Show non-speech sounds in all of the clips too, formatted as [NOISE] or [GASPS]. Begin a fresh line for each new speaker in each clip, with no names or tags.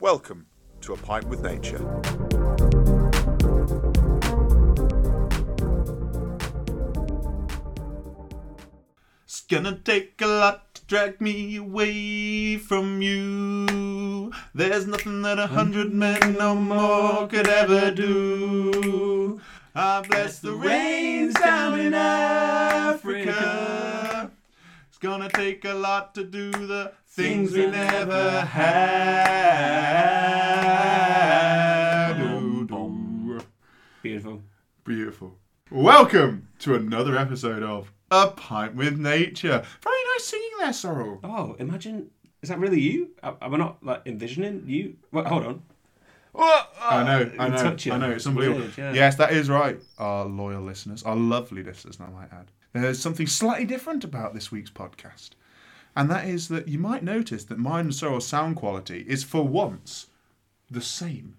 Welcome to A Pint with Nature.
It's gonna take a lot to drag me away from you. There's nothing that a hundred men no more could ever do. I bless the rains down in Africa. It's gonna take a lot to do the things we never had. Ooh,
Beautiful.
Beautiful. Welcome to another episode of A Pint with Nature. Very nice singing there, Sorrel.
Oh, imagine. Is that really you? Am am I not like envisioning you? Well, hold on.
I know, I
you
know,
touch it.
I know. It's unbelievable.
Weird, yeah.
Yes, that is right. Our loyal listeners, our lovely listeners, I might add. There's something slightly different about this week's podcast, and that is that you might notice that mine and Sorrel's sound quality is for once the same,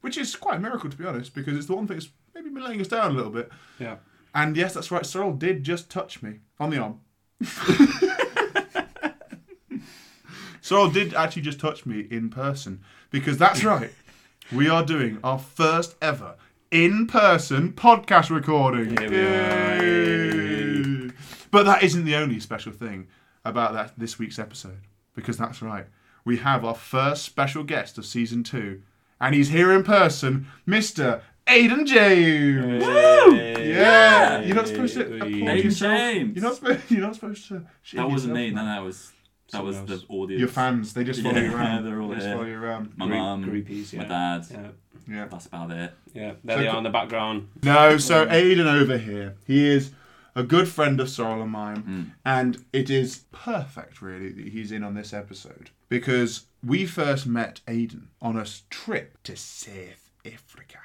which is quite a miracle to be honest, because it's the one thing that's maybe been laying us down a little bit.
Yeah.
And yes, that's right. Sorrel did just touch me on the
[LAUGHS]
arm. Sorrel did actually just touch me in person because that's right. We are doing our first ever in-person podcast recording.
Here we are.
Yay. But that isn't the only special thing about that this week's episode because that's right. We have our first special guest of season 2 and he's here in person, Mr. Aidan James. Yeah. You're not supposed to applaud
Hey.
Aiden
yourself.
James.
You're not supposed. [LAUGHS] You're not supposed to. shit
that wasn't me.
yourself.
No, no, that was that
Someone
was
else.
the audience.
Your fans. They just follow
Yeah, [LAUGHS]
you around.
they're all
They just
here.
follow you around.
My
Group-
mum,
groupies, yeah.
my dad.
Yeah.
Yeah.
That's about it.
Yeah. There
So
they
c-
are in the background.
No. So Aidan over here. He is a good friend of Sorrel and mine,
Hmm.
and it is perfect, really, that he's in on this episode because we first met Aidan on a s- trip to South Africa.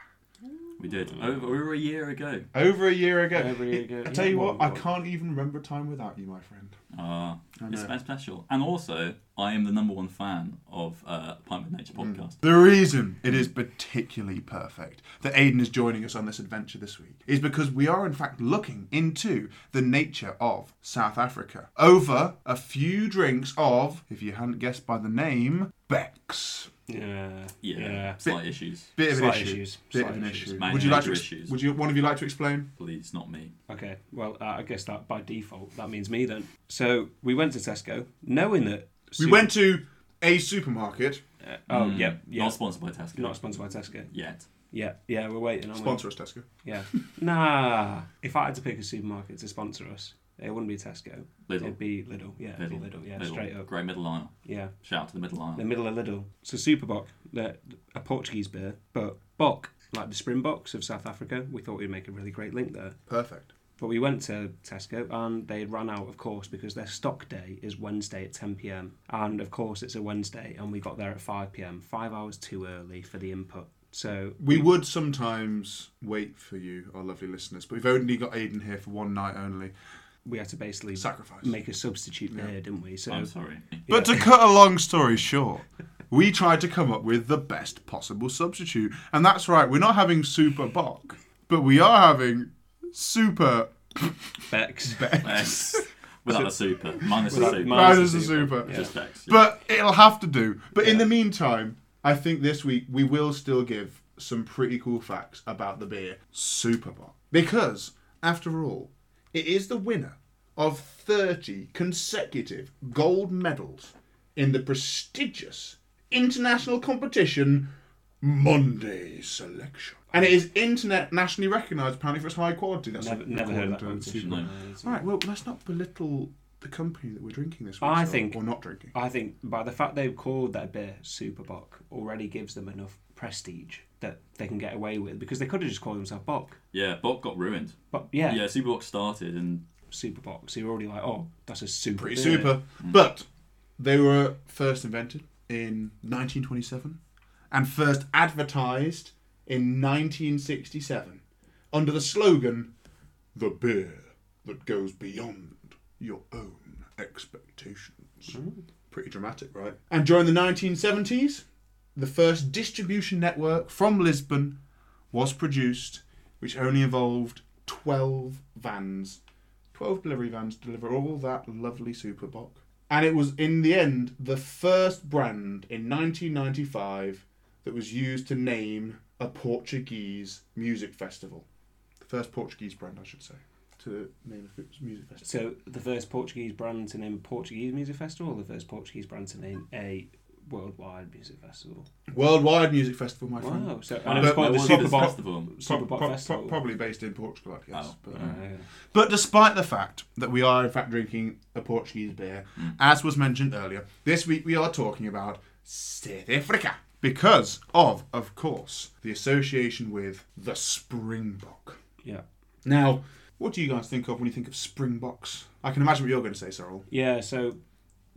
We did over, over a year ago.
Over a year ago.
Over a year
It-
ago.
I tell
Yeah,
you
well,
what, I
well.
can't even remember a time without you, my friend.
Uh, it's
know.
been special. And also, I am the number one fan of uh, Pint with Nature podcast.
The reason it is particularly perfect that Aidan is joining us on this adventure this week is because we are, in fact, looking into the nature of South Africa over a few drinks of, if you hadn't guessed by the name, Beck's.
Yeah.
Yeah,
Yeah.
slight issues.
Bit of
Slight
an issue.
issues.
Bit
Slight
of an
issues.
issue.
Minor
Would you like to?
major
ex-
issues.
Would you? One of you like to explain?
Please, not me.
Okay. Well, uh, I guess that by default that means me then. So we went to Tesco, knowing that.
We went to a supermarket.
Uh, oh
Mm,
yeah. Yeah.
Not sponsored by Tesco.
Not sponsored by Tesco.
yet.
Yeah. Yeah. We're waiting. aren't we?
Sponsor us, Tesco.
Yeah. [LAUGHS] Nah. If I had to pick a supermarket to sponsor us, it wouldn't be Tesco.
Lidl.
It'd be Lidl. Yeah. It'd be Lidl. Yeah.
Lidl.
Straight up.
Great middle aisle.
Yeah.
Shout out to the middle aisle.
The middle of Lidl. So Superboc, they're a Portuguese beer, but Bock, like the Springboks of South Africa, we thought we'd make a really great link there.
Perfect.
But we went to Tesco and they had run out, of course, because their stock day is Wednesday at 10 pm. And of course, it's a Wednesday, and we got there at 5 pm, five hours too early for the input. So
We would sometimes wait for you, our lovely listeners, but we've only got Aidan here for one night only.
we had to basically
Sacrifice.
make a substitute beer, didn't we? So
I'm sorry.
[LAUGHS]
But to cut a long story short, we tried to come up with the best possible substitute. And that's right, we're not having Super Bock, but we are having Super
Bex. [LAUGHS]
Bex. Without a super. Minus a
Without-
super.
minus-
Riders
the
of Super.
Just Bex. yeah.
But it'll have to do. But in the meantime, I think this week we will still give some pretty cool facts about the beer Super Bock. Because, after all, it is the winner of 30 consecutive gold medals in the prestigious international competition Monday Selection. And it is internationally recognised apparently for its high quality. That's
Never,
like
never heard of that
according to
competition.
Super-
No.
Right, well, let's not belittle the company that we're drinking this week.
I
so-
think-
Or not drinking.
I think by the fact they've called their beer Super Bock already gives them enough prestige that they can get away with because they could have just called themselves Bock.
Yeah, Bob got ruined.
But yeah,
Yeah, Superbox started and
Super Bock. So you're already like, oh, that's a super.
pretty
beer.
super. But they were first invented in 1927 and first advertised in 1967 under the slogan "The beer that goes beyond your own expectations." Pretty dramatic, right? Hmm. And during the 1970s, the first distribution network from Lisbon was produced, which only involved 12 vans 12 delivery vans deliver all that lovely super bock And it was, in the end, the first brand in 1995 that was used to name a Portuguese music festival. The first Portuguese brand, I should say, to name a music festival.
So the first Portuguese brand to name a Portuguese music festival, or the first Portuguese brand to name a worldwide music festival.
Worldwide music festival, my friend.
Wow! So uh,
And
and
it was
but-
quite
but
the
the
Super
Superbot-
Bowl Festival.
Super
Pro-
Bowl
pro- pro-
festival.
probably based in Portugal, I guess.
Oh,
but,
yeah.
Yeah.
But despite the fact that we are in fact drinking a Portuguese beer, as was mentioned earlier, this week we are talking about South Africa because of, of course, the association with the Springbok.
yeah.
Now, what do you guys think of when you think of Springboks? I can imagine what you're going to say, Cyril.
Yeah, so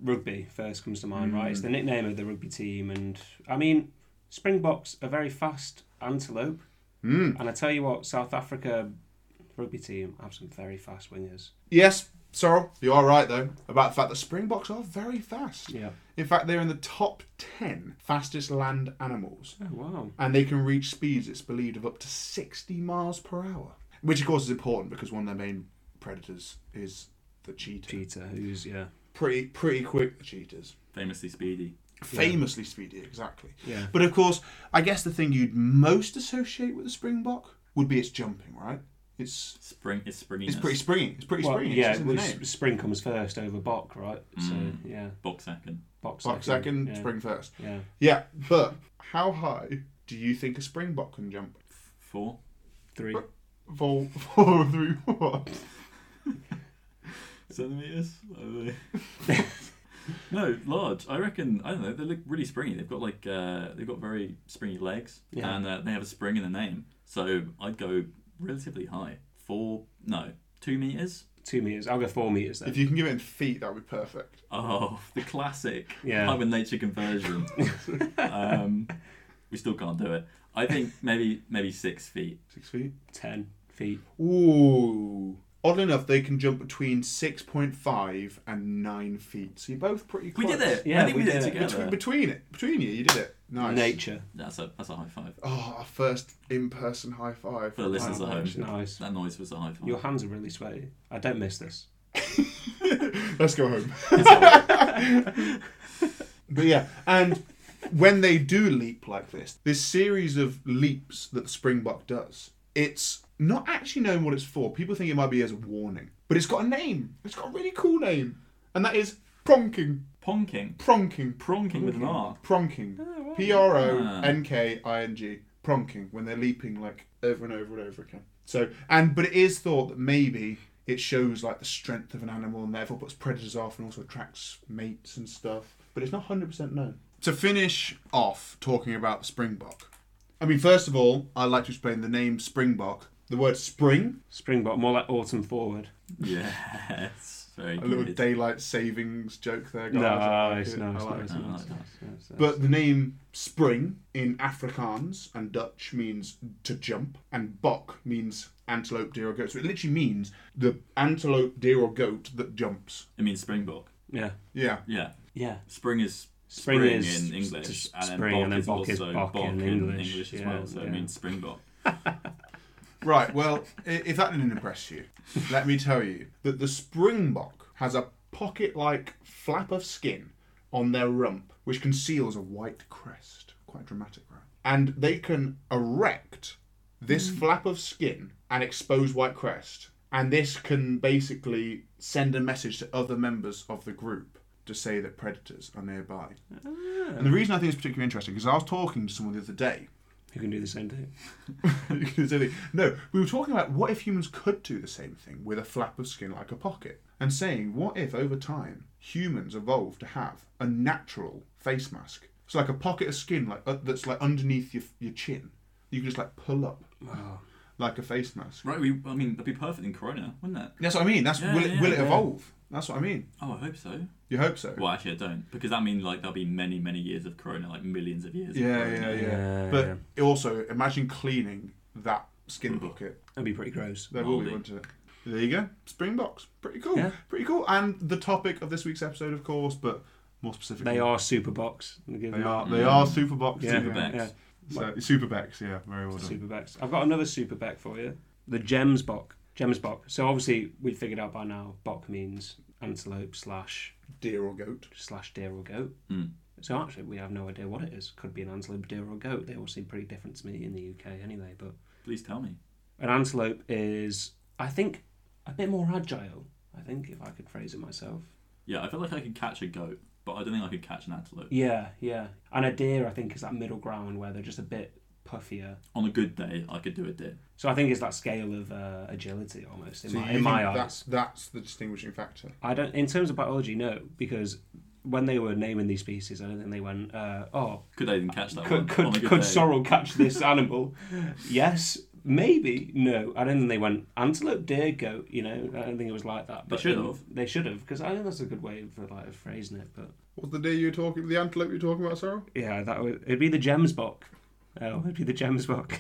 rugby first comes to mind, right? It's
Mm.
the nickname of the rugby team, and I mean, Springboks are very fast antelope,
Mm.
and I tell you what, South Africa rugby team have some very fast wingers.
Yes, Cyril, you are right though about the fact that Springboks are very fast.
Yeah.
In fact, they're in the top ten fastest land animals.
Oh wow.
and they can reach speeds it's believed of up to 60 miles per hour which of course is important because one of their main predators is the cheetah
Peter, who's yeah,
pretty pretty quick the cheetahs
Famously speedy.
famously speedy exactly
yeah,
but of course i guess the thing you'd most associate with the springbok would be its jumping right it's
Spring is springiness.
it's pretty springy it's pretty
Well,
springy
yeah.
it's in the
well,
name.
s- spring comes first over Bok, right?
Mm.
So yeah,
Box second.
Bok second.
Box second
yeah.
spring first
Yeah.
yeah but how high do you think a springbok can jump
Four.
Three.
Vol- four [LAUGHS] three what
centimeters. no, large. I reckon. I don't know. They look really springy. They've got like uh, they've got very springy legs,
Yeah.
and uh, they have a spring in the name. So I'd go relatively high. Four. No, two meters.
Two meters. I'll go four meters then.
if you can give it in feet that would be perfect
Oh, [LAUGHS] the classic
Yeah.
climate nature conversion. um, we still can't do it. I think maybe maybe six feet.
six feet
Ten feet.
Ooh. Oddly enough, they can jump between 6.5 and 9 feet. So you're both pretty
We
close.
did it.
Yeah,
I think we,
we
did it
did it.
together.
Between, between it. Between you, you did it. Nice.
Nature.
That's a that's a high five.
Oh, our first in person high five.
For the listeners at home,
Nice.
that noise was a high five.
Your hands are really sweaty. I don't miss this.
[LAUGHS] Let's go
[LAUGHS]
home. [LAUGHS] but yeah, and when they do leap like this, this series of leaps that the springbok does, it's not actually known what it's for. People think it might be as a warning, but it's got a name. It's got a really cool name, and that is pronking.
Ponking.
Pronking.
Pronking with an R.
Pronking. P R O N K I N G. Pronking. When they're leaping like over and over and over again. So and but it is thought that maybe it shows like the strength of an animal and therefore puts predators off and also attracts mates and stuff. But it's not hundred percent known. To finish off talking about the springbok, I mean, first of all, I'd like to explain the name springbok. The word spring,
Springbok, more like autumn forward.
[LAUGHS] Yes. Very
a little
good.
daylight savings joke there, guys. I like
Nice,
it.
nice,
I like
nice,
it.
nice,
I like
nice, nice.
But the name spring in Afrikaans and Dutch means to jump, and bok means antelope, deer, or goat. So it literally means the antelope, deer, or goat that jumps.
It means springbok.
yeah,
Yeah.
Yeah.
yeah.
Spring is
Spring
spring,
is
in English,
s-
and then
spring,
bok
and then
is
bok is
also
bok
bok,
in
in,
English,
English, as
yeah,
well. So
yeah.
it means springbok.
Right, well, i- if that didn't impress you, let me tell you that the springbok has a pocket like flap of skin on their rump, which conceals a white crest. Quite dramatic, right? And they can erect this flap of skin and expose white crest. And this can basically send a message to other members of the group to say that predators are nearby. And the reason I think it's particularly interesting because I was talking to someone the other day
Who can do the same thing?
you [LAUGHS] can say that- no, we were talking about what if humans could do the same thing with a flap of skin like a pocket, and saying what if over time humans evolved to have a natural face mask. It's like a pocket of skin like uh, that's like underneath your your chin. You can just like pull up
Wow.
like a face mask.
Right? We, I mean, that'd be perfect in Corona, wouldn't it?
That's what I mean. That's
Yeah,
will it
yeah,
will it
yeah.
evolve? That's what I mean.
Oh, I hope so.
You hope so.
Well, actually, I don't, because that means like there'll be many, many years of Corona, like millions of years.
Yeah,
of
yeah,
corona.
yeah,
Yeah,
But also imagine cleaning that skin
Mm.
pocket.
That'd be pretty gross.
There will be,
Moldy.
won't it? There you go. Springboks. Pretty cool.
Yeah.
Pretty cool. And the topic of this week's episode, of course, but more specifically.
They are super box.
They are, they are Superbox.
Yeah,
Superbacks.
yeah.
So, Superbacks, yeah. Very well done.
Superbacks. I've got another super back for you. The Gems Bock. Gems Bock. So obviously we figured out by now Bock means antelope slash
Deer or goat?
slash deer or goat.
Hmm.
So actually, we have no idea what it is. Could be an antelope, deer, or goat. They all seem pretty different to me in the UK, anyway. But
Please tell me.
an antelope is, I think, a bit more agile. I think if I could phrase it myself.
Yeah, I feel like I could catch a goat, but I don't think I could catch an antelope.
Yeah, yeah. And a deer, I think, is that middle ground where they're just a bit puffier.
On a good day, I could do a deer.
So I think it's that scale of uh, agility almost in
So
my,
you
in my
think
eyes.
that's that's the distinguishing factor.
I don't. In terms of biology, no, because when they were naming these species, I don't think they went, uh, "Oh,
Could I even catch that one?
could
on a
could,
good
could
day?
sorrel catch
[LAUGHS]
this animal?" yes, maybe, no. I don't think they went antelope, deer, goat. You know, I don't think it was like that. But
should
in-
have.
They should have, because I think that's a good way for like of phrasing it. But
What's the deer you're talking? The antelope you're talking about, Sorrel?
yeah, that would it'd be the gemsbok. Oh, it'd be the gemsbok,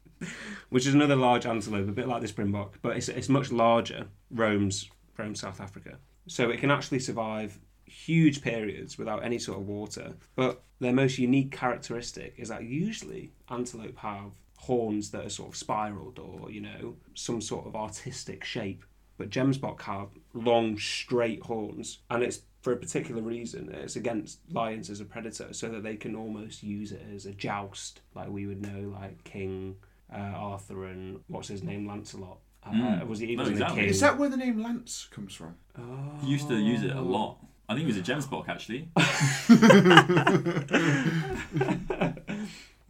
[LAUGHS] which is another large antelope, a bit like the springbok, but it's it's much larger. Roams roams South Africa, so it can actually survive huge periods without any sort of water. But their most unique characteristic is that usually antelope have horns that are sort of spiraled or you know some sort of artistic shape. But gemsbok have long straight horns, and it's for a particular reason. It's against lions as a predator, so that they can almost use it as a joust, like we would know, like King uh, Arthur and what's his name, Lancelot. Uh,
Mm.
Was he, he
No,
wasn't
exactly.
a king?
Is that where the name lance comes from?
Oh.
He used to use it a lot. I think he was a gemsbok actually.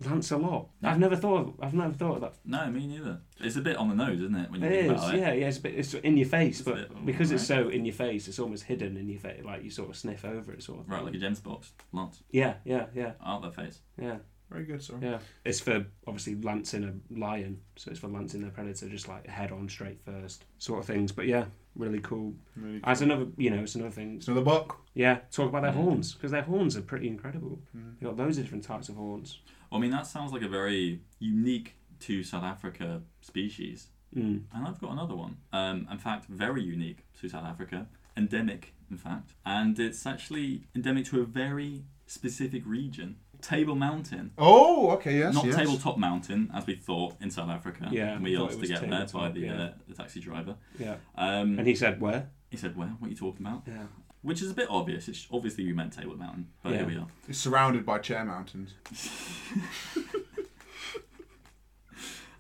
[LAUGHS] Lancelot. I've never thought. Of, I've never thought of that.
No, me neither. It's a bit on the nose, isn't it? When you
It
think
is,
about it.
yeah, yeah. It's, a bit, it's in your face,
It's a
but
bit-
because it's so in your face, it's almost hidden in your face. Like you sort of sniff over it, sort of.
Right,
thing.
like a gemsbok, lance
yeah, yeah, yeah,
out their face.
yeah.
Very good, Sorrel.
Yeah, it's for obviously lancing a lion, so it's for lancing their predator just like head on, straight first sort of things. But yeah, really cool.
Really
It's another, you know, it's another thing.
It's another buck.
Yeah, talk about their
Mm.
horns because their horns are pretty incredible.
Mm.
They got loads of different types of horns.
Well, I mean, that sounds like a very unique to South Africa species.
Mm.
And I've got another one. Um, in fact, very unique to South Africa, endemic, in fact. And it's actually endemic to a very specific region Table Mountain.
Oh, okay, yes,
Not
yes.
Tabletop Mountain, as we thought in South Africa.
Yeah,
And we
I thought
asked
it
to
was
get there by
tabletop,
the,
yeah.
uh, the taxi driver.
Yeah,
Um,
and he said where?
he said, Well, what are you talking about?
Yeah,
Which is a bit obvious. It's obviously we meant Table Mountain, but
Yeah.
here we are.
It's surrounded by chair mountains.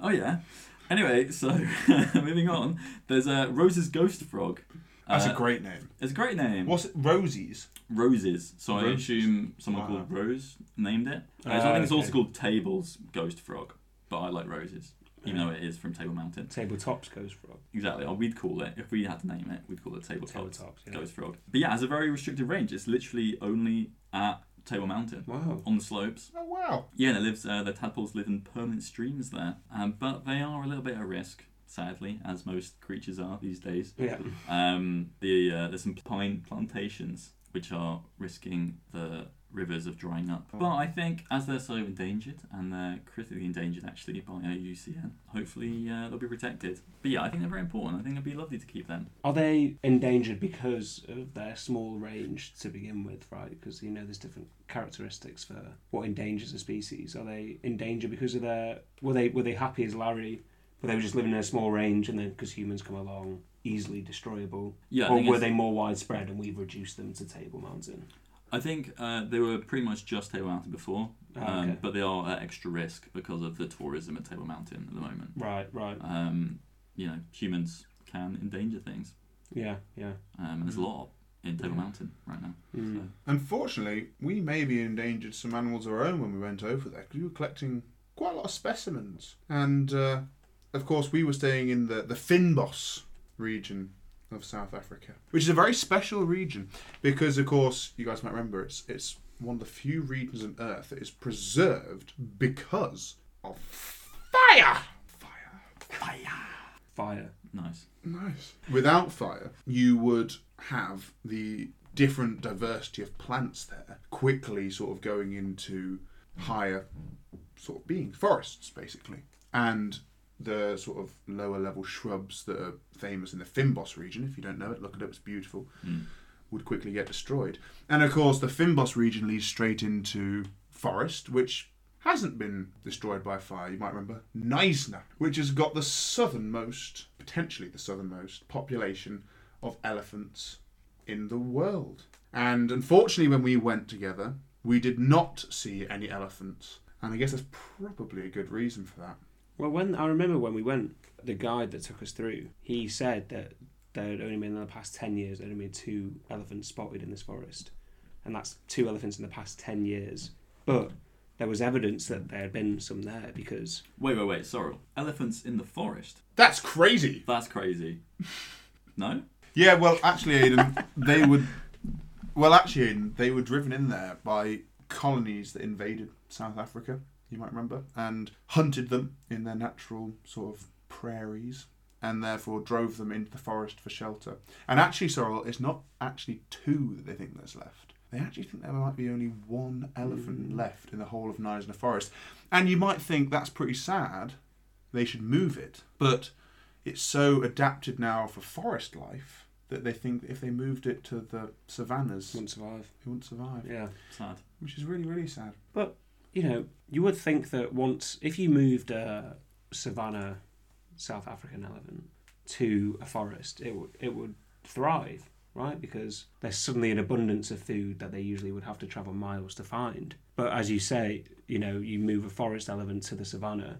Oh yeah. Anyway, so [LAUGHS] moving on. There's uh, Rose's ghost frog.
That's
Uh,
a great name.
It's a great name.
What's it? Rosie's?
Roses. So I
Roses.
assume someone
Wow.
called Rose named it. Uh,
Ah,
so I think it's
okay.
also called Tables Ghost Frog, but I like roses, even though it is from Table Mountain.
tabletops goes frog.
Exactly. Or we'd call it if we had to name it, we'd call it Table Tabletops
Tabletops. Yeah.
Ghost Frog. But yeah, it has a very restricted range. It's literally only at Table Mountain
Wow.
on the slopes.
Oh, wow.
Yeah, and it lives. Uh, the tadpoles live in permanent streams there, um, but they are a little bit at risk, sadly, as most creatures are these days.
Yeah.
Um, the uh, there's some pine plantations which are risking the rivers of drying up. But I think as they're so endangered and they're critically endangered actually by IUCN, hopefully uh, they'll be protected. But yeah, I think they're very important. I think it'd be lovely to keep them.
Are they endangered because of their small range to begin with, right? Because you know there's different characteristics for what endangers a species. Are they endangered because of their were they were they happy as Larry, but they were just living in a small range, and then because humans come along, easily destroyable,
Yeah, I
or
think
were
it's-
they more widespread and we've reduced them to Table Mountain?
I think uh, they were pretty much just Table Mountain before,
Ah,
um,
okay.
but they are at extra risk because of the tourism at Table Mountain at the moment.
Right, right,
um, you know, humans can endanger things.
yeah, yeah.
Um, and there's a lot in Table
Mm. Yeah.
Mountain right now.
Mm.
Unfortunately, we maybe endangered some animals of our own when we went over there because we were collecting quite a lot of specimens. And uh, of course, we were staying in the, the Finbos region of South Africa, which is a very special region because, of course, you guys might remember it's it's one of the few regions on Earth that is preserved because of fire. Fire.
Fire.
Nice.
Nice. Without fire, you would have the different diversity of plants there quickly sort of going into higher sort of beings, forests basically. And the sort of lower level shrubs that are famous in the Finbos region, if you don't know it, look it up, it's beautiful,
Mm.
would quickly get destroyed. And of course, the Finbos region leads straight into forest, which hasn't been destroyed by fire. You might remember Neisner, which has got the southernmost, potentially the southernmost, population of elephants in the world. And unfortunately, when we went together, we did not see any elephants. And I guess that's probably a good reason for that.
Well, when I remember when we went, the guide that took us through, he said that there had only been in the past ten years there had only been two elephants spotted in this forest, and that's two elephants in the past ten years. But there was evidence that there had been some there because
Wait, wait, wait. Sorrel. Elephants in the forest.
That's crazy.
That's crazy. No?
Yeah, well, actually, Aiden, they would. Well, actually, Aiden, they were driven in there by colonies that invaded South Africa. You might remember, and hunted them in their natural sort of prairies, and therefore drove them into the forest for shelter. And actually, Sorrel, it's not actually two that they think there's left. They actually think there might be only one elephant left in the whole of Neisner Forest. And you might think that's pretty sad. They should move it, but it's so adapted now for forest life that they think if they moved it to the savannas, it
wouldn't survive.
wouldn't survive,
Yeah.
Sad.
which is really, really sad.
But you know, you would think that once if you moved a savannah South African elephant to a forest, it would it would thrive, right? Because there's suddenly an abundance of food that they usually would have to travel miles to find. But as you say, you know, you move a forest elephant to the savannah,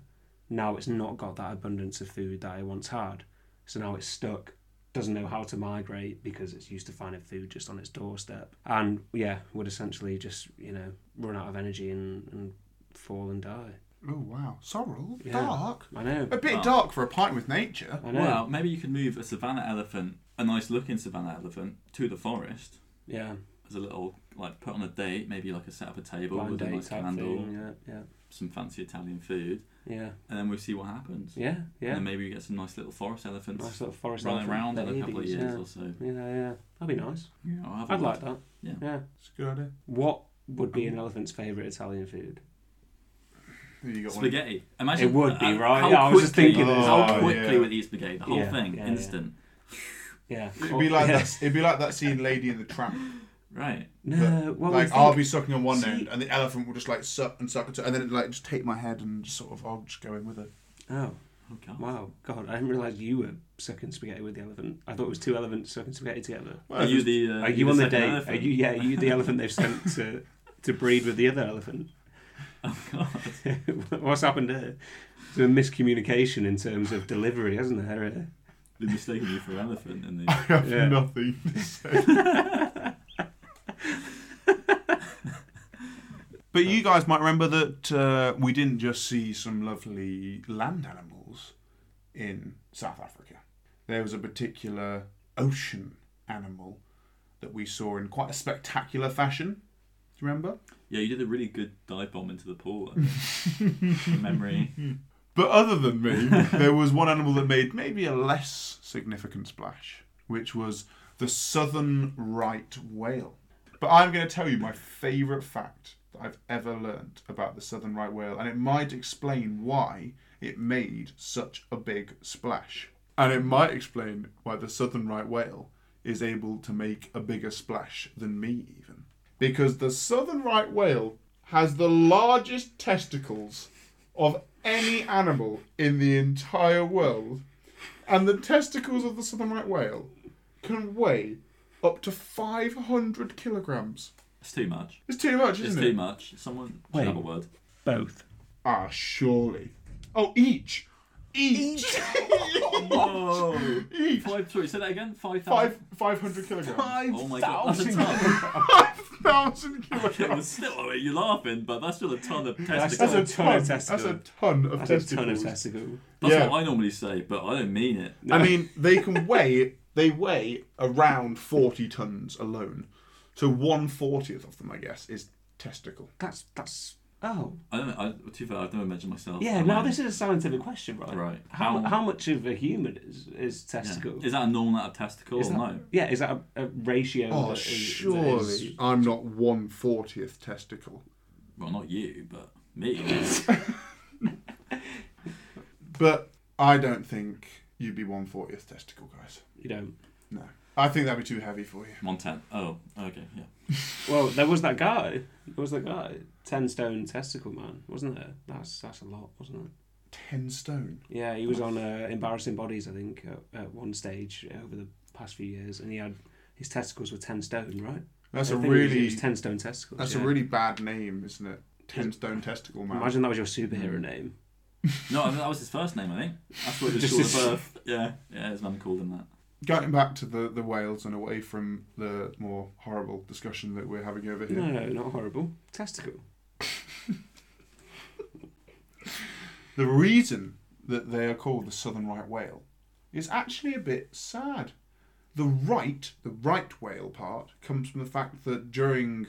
now it's not got that abundance of food that it once had. So now it's stuck, doesn't know how to migrate because it's used to finding food just on its doorstep. And yeah, would essentially just, you know, run out of energy and, and fall and die.
Oh wow, sorrel,
Yeah.
dark.
I know.
A bit
Wow.
dark for a pint with nature.
I know.
Well, maybe you could move a savannah elephant, a nice looking savannah elephant, to the forest
yeah.
as a little, like, put on a date, maybe like a set up a table
Blind
with a
date
nice
type
candle,
thing. Yeah, yeah.
some fancy Italian food,
Yeah.
and then we see what happens.
Yeah.
And
Yeah.
then maybe we get some nice little forest elephants
nice little forest
running
elephant
around in a
babies,
couple of years or so.
Yeah. yeah, yeah. That'd be nice.
Yeah, I'll have a
I'd
look.
like that.
Yeah. Um,
Yeah.
It's a good idea.
What would be an elephant's favourite Italian food?
You got one.
Spaghetti. Imagine
It would be,
uh,
right?
How
Yeah, I was just
quickly-
thinking this.
How
Oh,
quickly
yeah.
would eat spaghetti? The whole
Yeah,
thing,
yeah, yeah.
instant.
Yeah.
It'd be like
Yeah.
that. It'd be like that scene, Lady and the Tramp.
Right.
No, what
like
we
I'll
think-
be sucking on one
See-
end, and the elephant will just like suck and suck and suck, and then it like just take my head and just sort of I'll just go in with it.
Oh,
Oh god.
wow. God, I didn't realise you were sucking spaghetti with the elephant. I thought it was two elephants sucking spaghetti together.
Are you the? Uh,
Are you on the
second
date?
elephant?
Are you yeah? Are you the elephant they've sent to to breed with the other elephant?
[LAUGHS] Oh god.
[LAUGHS] What's happened there? There's a miscommunication in terms of delivery, hasn't there? really?
They mistaken you for an
[LAUGHS]
elephant, and
I
they.
have
Yeah.
nothing to say. [LAUGHS] but you guys might remember that uh, we didn't just see some lovely land animals in South Africa. There was a particular ocean animal that we saw in quite a spectacular fashion. Do you remember?
Yeah, you did a really good dive bomb into the pool. [LAUGHS] I think. From memory.
But other than me, there was one animal that made maybe a less significant splash, which was the southern right whale. But I'm going to tell you my favourite fact that I've ever learnt about the southern right whale, and it might explain why it made such a big splash. And it might explain why the southern right whale is able to make a bigger splash than me, even. Because the southern right whale has the largest testicles of any animal in the entire world, and the testicles of the southern right whale can weigh up to 500 kilograms.
It's too much.
It's too much, isn't
It's
it?
too much. Someone should
Wait.
have a word.
Both.
Ah, surely. Oh, each. [LAUGHS] Each.
Whoa.
each.
Five. Sorry, say that again. Five
Five,
thousand.
500 kilograms.
Oh my god, that's a
5,000.
[LAUGHS]
ton.
5,000
It
kilograms.
was still, I mean, you're laughing, but that's still a ton of
That's-
testicles.
That's a
a ton
ton That's a
of testicle.
ton of
That's a
testicles.
ton of testicle.
That's
yeah.
what I normally say, but I don't mean it.
I mean, they [LAUGHS] can weigh they weigh around forty tons alone. So one fortieth of them, I guess, is testicle.
That's that's oh
I don't. I, too fair, I've never measured myself.
yeah.
Am
Now
I-
this is a scientific question, right?
Right.
How
How-
how much of a human is is
Yeah.
testicle?
Is that a normal amount of testicle?
Is that-
no.
Yeah, is that a, a ratio?
Oh,
that is-
surely
is-
I'm not one fortieth testicle.
Well, not you, but me.
[LAUGHS]
But I don't think you'd be one fortieth testicle, guys.
you know.
No, I think that'd be too heavy for you.
One ten. Oh, okay, yeah.
Well, there was that guy. There was that guy, ten stone testicle man, wasn't there? That's that's a lot, wasn't it?
Ten stone.
Yeah, he was on uh, embarrassing bodies, I think, at, at one stage over the past few years, and he had his testicles were ten stone, right?
That's
I
a
think it was- it
really
was ten stone testicles.
that's
yeah.
a really bad name, isn't it? Ten stone testicle man.
Imagine that was your
Mm.
superhero name.
No, I mean, that was his first name, I think. That's what he was
Just
called
his-
at birth. Yeah, yeah, his mum called him that.
Going back to the the whales and away from the more horrible discussion that we're having over here.
No, not horrible. Testicle.
The reason that they are called the southern right whale is actually a bit sad. The right, the right whale part, comes from the fact that during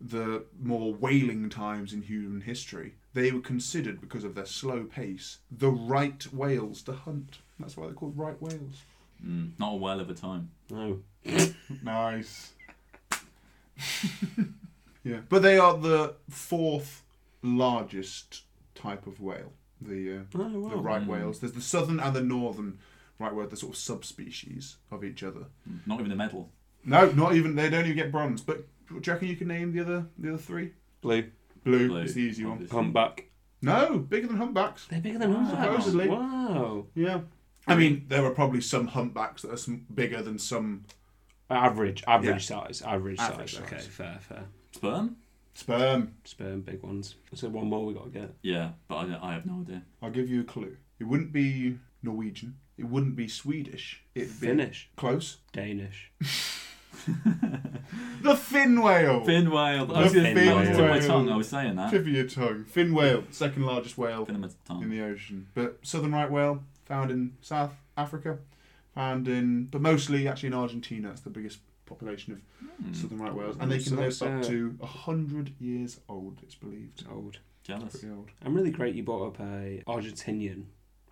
the more whaling times in human history, they were considered, because of their slow pace, the right whales to hunt. That's why they're called right whales.
Mm, not a whale of a time.
No.
Nice. [LAUGHS] yeah, but they are the fourth largest type of whale. The uh,
Oh, wow.
the right
Mm.
whales. There's the southern and the northern right whale. They're sort of subspecies of each other.
Mm, Not even a medal.
No, not even they don't even get bronze. But do you reckon you can name the other the other three?
Blue.
Blue,
Blue,
is the easy one.
obviously.
Humpback.
No, bigger than humpbacks.
They're bigger than humpbacks.
Supposedly.
Wow.
Yeah. I mean, there are probably some humpbacks that are some bigger than some
Average. Average size. Average,
Average
size.
size.
Okay, fair, fair.
Sperm?
sperm.
Sperm, big ones. So one more we got to get.
Yeah, but I, I have no idea.
I'll give you a clue. It wouldn't be Norwegian. It wouldn't be Swedish. It'd be
Finnish.
Close.
Danish.
The fin whale.
Fin whale. I was
The
gonna-
fin
that was tip of my
whale.
tongue. I was saying that.
Tip of your tongue. Fin whale, second largest whale
Fin of my
in
tongue.
the ocean. But southern right whale, found in South Africa, found in, but mostly actually in Argentina. It's the biggest population of
Mm,
southern right whales, and they
So
can live up
sad.
to hundred years old. It's believed.
It's old.
jealous.
Pretty old.
I'm really great you brought up a Argentinian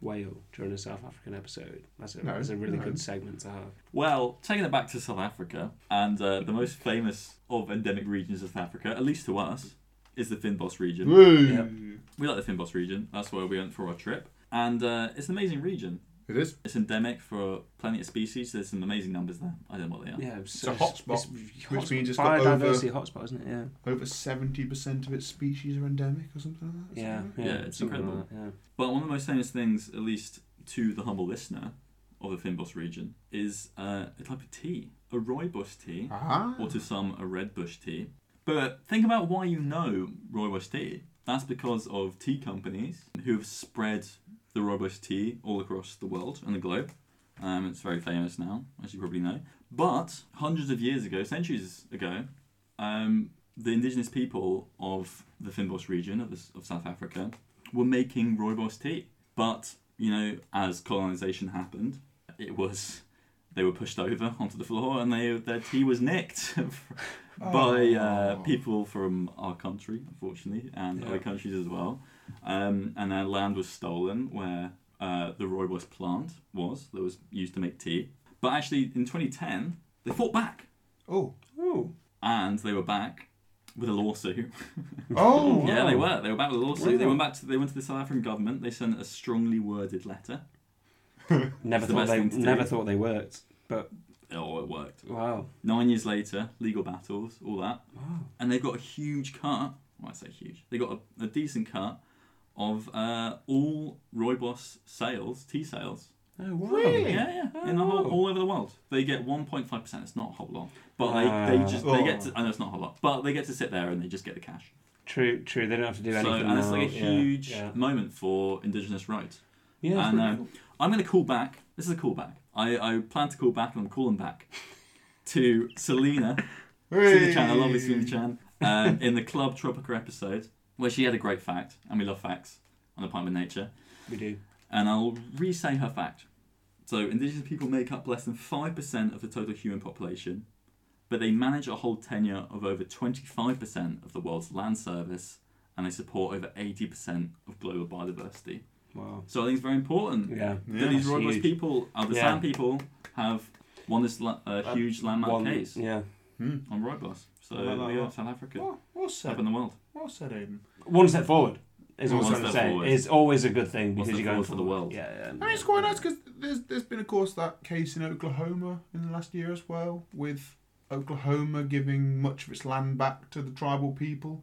whale during a South African episode. That's a,
No,
that's a really
no.
good segment to have.
Well, taking it back to South Africa, and uh, the most famous of endemic regions of South Africa, at least to us, is the Finbos region.
Woo!
We like the Finbos region. That's where we went for our trip. And uh, it's an amazing region.
It is.
It's endemic for plenty of species. There's some amazing numbers there. I don't know what they are.
Yeah,
It's a hotspot, which means it's got over-
biodiversity hotspot, isn't it? Yeah,
Over seventy percent of its species are endemic, or something like that. is
yeah,
that
yeah.
Yeah, it's
something like
incredible.
that, yeah.
But one of the most famous things, at least to the humble listener of the Finbos region, is uh, a type of tea, a rooibos tea,
right? Ah.
or to some, a red bush tea. But think about why you know rooibos tea. That's because of tea companies who have spread the rooibos tea all across the world and the globe. Um, it's very famous now, as you probably know. But hundreds of years ago, centuries ago, um, the indigenous people of the Finbos region of, the, of South Africa were making rooibos tea. But, you know, as colonization happened, it was they were pushed over onto the floor and they, their tea was nicked [LAUGHS] by uh,
Oh.
people from our country, unfortunately, and
Yeah.
other countries as well. Um, and their land was stolen where uh, the rooibos plant was that was used to make tea. But actually, in 2010, they fought back
Oh.
Oh,
and they were back with a lawsuit.
Oh.
Yeah, they
Wow.
were. They were back with a lawsuit. They
Wow.
went back to they went to the South African government. They sent a strongly worded letter.
never
It's the
thought
best
they
thing to do.
never thought they worked, but
Oh, it worked.
wow,
Nine years later, legal battles, all that,
wow.
and they've got a huge cut. Well, I say huge. They got a, a decent cut of uh, all Roybos sales, tea sales.
Oh, wow.
Really?
Yeah, yeah, in the whole,
Oh.
all over the world, they get 1.5 percent. It's not a whole lot, but they, they
Ah.
just they get
Oh.
to. I know it's not a whole lot, but they get to sit there and they just get the cash.
True, true. They don't have to do
So
anything.
and it's like a
now, yeah,
huge
Yeah,
moment for Indigenous rights.
Yeah, it's
and
really
uh, I'm going to call back. This is a callback. I, I plan to call back, and I'm calling back [LAUGHS] to Selena, Selena Chan. I love Selena Chan um, in the Club Tropica episode, where she had a great fact, and we love facts on the Pint with Nature.
we do.
And I'll re-say her fact. So Indigenous people make up less than five percent of the total human population, but they manage a whole tenure of over 25 percent of the world's land service, and they support over 80 percent of global biodiversity.
Wow.
So I think it's very important
Yeah.
that these
That's
Royalist
huge.
people, uh, the
Yeah.
Sand people, have won this la- uh,
Uh,
huge landmark
One-
case
Yeah.
Hmm.
on Roybos. So
I like that a
yeah,
lot.
South Africa,
Well, well said.
up in the world.
Well said, Aiden.
One step forward is what
One
I'm trying to
step
say.
forward.
It's always a good thing
One
because
step
you're going
forward for the world.
Yeah, yeah.
I mean, it's quite nice because there's there's been, of course, that case in Oklahoma in the last year as well, with Oklahoma giving much of its land back to the tribal people.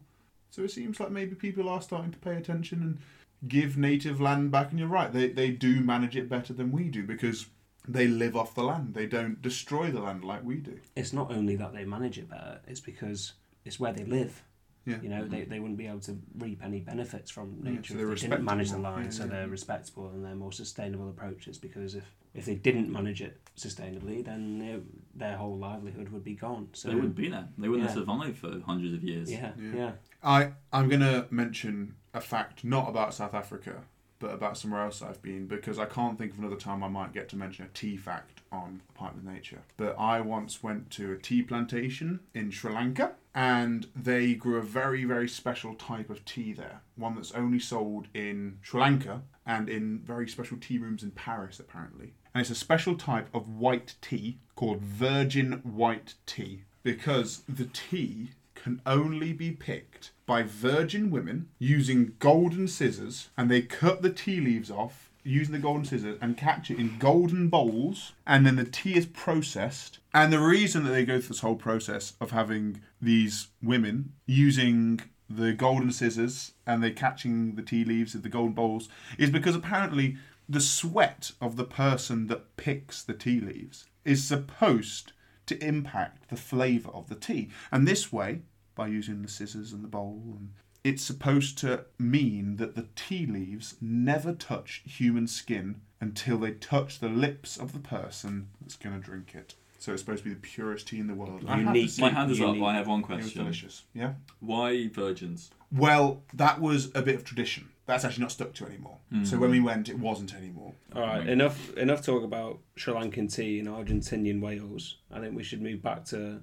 So it seems like maybe people are starting to pay attention and give native land back. And you're right, they they do manage it better than we do because they live off the land. They don't destroy the land like we do.
It's not only that they manage it better; it's because it's where they live.
Yeah. Mm-hmm.
You know, they, they wouldn't be able to reap any benefits from
Yeah,
nature
so they're
if they didn't manage the
respectable.
land.
Yeah,
so
yeah,
they're
yeah.
respectable and they're more sustainable approaches. Because if, if they didn't manage it sustainably, then it, their whole livelihood would be gone. So
they wouldn't be there. They wouldn't have
Yeah.
survived for hundreds of years.
Yeah,
Yeah.
yeah.
I I'm gonna mention a fact not about South Africa, but about somewhere else I've been because I can't think of another time I might get to mention a tea fact on Pipe with Nature. But I once went to a tea plantation in Sri Lanka and they grew a very very special type of tea there, one that's only sold in Sri Lanka and in very special tea rooms in Paris apparently. And it's a special type of white tea called virgin white tea because the tea can only be picked by virgin women using golden scissors and they cut the tea leaves off using the golden scissors and catch it in golden bowls and then the tea is processed and the reason that they go through this whole process of having these women using the golden scissors and they catching the tea leaves in the golden bowls is because apparently the sweat of the person that picks the tea leaves is supposed to impact the flavour of the tea. And this way, by using the scissors and the bowl, and it's supposed to mean that the tea leaves never touch human skin until they touch the lips of the person that's going to drink it. So it's supposed to be the purest tea in the world. I had
Unique.
this-
My hand is
You
up.
need-
I have one
It was
question.
delicious. Yeah.
Why virgins?
Well, that was a bit of tradition. That's actually not stuck to anymore. So when we went, it wasn't anymore.
All right, enough enough talk about Sri Lankan tea and Argentinian Wales. I think we should move back to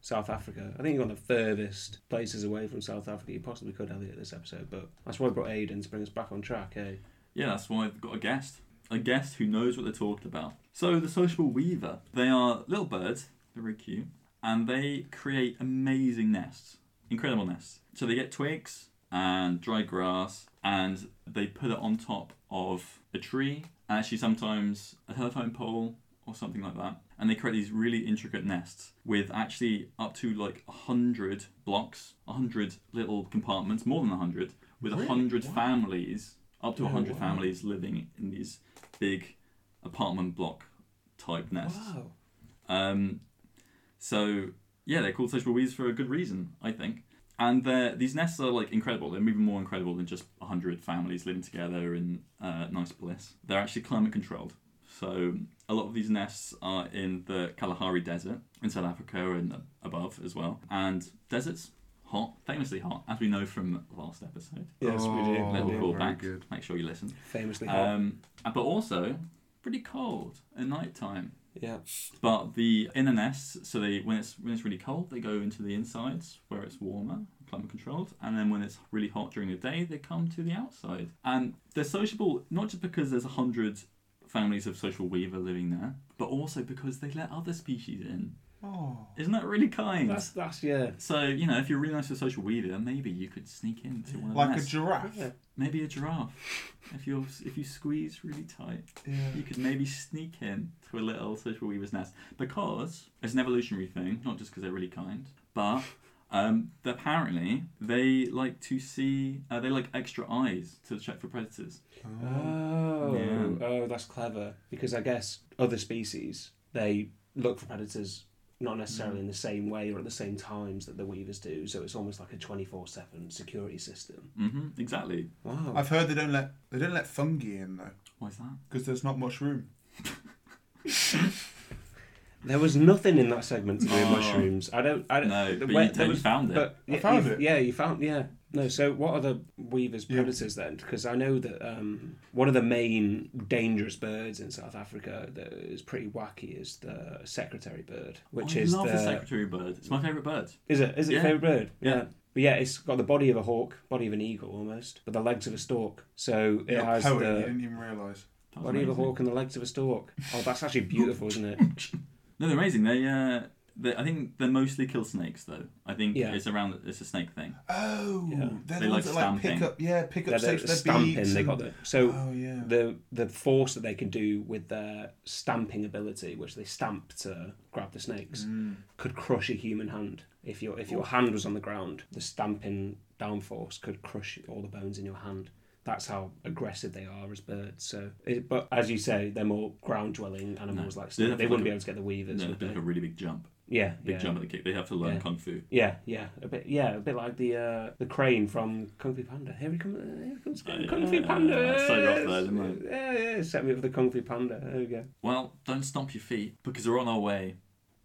South Africa. I think you're one of the furthest places away from South Africa you possibly could, Elliot, this episode. But that's why I brought Aidan to bring us back on track, eh?
Yeah, that's why I've got a guest. A guest who knows what they're talking about. So, the sociable weaver. They are little birds, they're very cute, and they create amazing nests. Incredible nests. So, they get twigs and dry grass and they put it on top of a tree, and actually, sometimes a telephone pole or something like that. And they create these really intricate nests with actually up to like 100 blocks, 100 little compartments, more than 100, with a
Really?
100
Wow.
families up to
Oh,
100
wow.
families living in these big apartment block type nests.
Wow.
Um, so, yeah, they're called sociable weeds for a good reason, I think. And they're, these nests are like incredible. They're even more incredible than just 100 families living together in uh, nice bliss. They're actually climate controlled. So, a lot of these nests are in the Kalahari Desert in South Africa and above as well. And deserts, hot, famously hot, as we know from last episode.
Yes, we do.
Oh,
Little
yeah, very
callback.
good.
Make sure you listen.
Famously hot.
Um, but also, pretty cold at night time.
yeah.
But the inner nests, so they when it's when it's really cold, they go into the insides where it's warmer, climate controlled, and then when it's really hot during the day, they come to the outside. And they're sociable not just because there's a hundred families of social weaver living there, but also because they let other species in.
Oh.
Isn't that really kind?
That's that's yeah.
so you know, if you're really nice to a social weaver, maybe you could sneak into one of the
Like a
nests.
giraffe.
Yeah.
maybe a giraffe. If you if you squeeze really tight,
Yeah.
you could maybe sneak in to a little social weaver's nest because it's an evolutionary thing, not just because they're really kind, but um, that apparently they like to see, uh, they like extra eyes to check for predators.
Oh,
Yeah.
oh, that's clever. Because I guess other species they look for predators not necessarily in the same way or at the same times that the weavers do. So it's almost like a twenty four seven security system.
hmm exactly.
Wow.
I've heard they don't let they don't let fungi in though
Why's that?
because there's not much room.
There was nothing in that segment to do with
Oh.
mushrooms. I don't. I don't.
No,
the
but
way-
you,
there
you
was-
found it.
But
I
yeah,
found
you-
it.
Yeah, you found. Yeah. No. So what are the weavers'
Yeah.
predators then? Because I know that um, one of the main dangerous birds in South Africa that is pretty wacky is the secretary bird, which
Oh,
I
is
love the...
the
secretary bird. It's my favourite bird.
is it is it
Yeah.
your favorite bird?
Yeah.
But yeah, it's got the body of a hawk, body of an eagle almost, but the legs of a stork. So it
You're a
has
poet,
the
you didn't even realise.
That was
body of a
amazing.
hawk and the legs of a stork. Oh, that's actually beautiful, isn't it?
No, they're amazing. They, uh, they, I think they mostly kill snakes though. I think
Yeah.
it's around, it's a snake thing.
Oh,
Yeah.
they're
They
the
like
ones that like pick
stamping.
up, yeah, pick
They're
up
the
stakes with their
stamping.
beaks
They
and-
got the so
Oh yeah.
the the force that they can do with their stamping ability, which they stamp to grab the snakes,
Mm.
could crush a human hand. If your if your hand was on the ground, the stamping downforce could crush all the bones in your hand. That's how aggressive they are as birds. So, it, but as you say, they're more ground dwelling animals.
No.
Like
They'd
they,
have to
wouldn't
look
be
at-
able to get the weavers.
No,
would
it's like
they?
a really big jump.
Yeah,
Big
yeah.
jump at the kick. They have to learn
Yeah.
kung fu.
Yeah, yeah, a bit, yeah, a bit like the uh, the crane from Kung Fu Panda. Here he comes, here he comes,
Oh, yeah,
Kung Fu
yeah,
Panda.
yeah, I started off there, didn't
yeah, yeah, set me up with the Kung Fu Panda. There we go.
Well, don't stomp your feet because we're on our way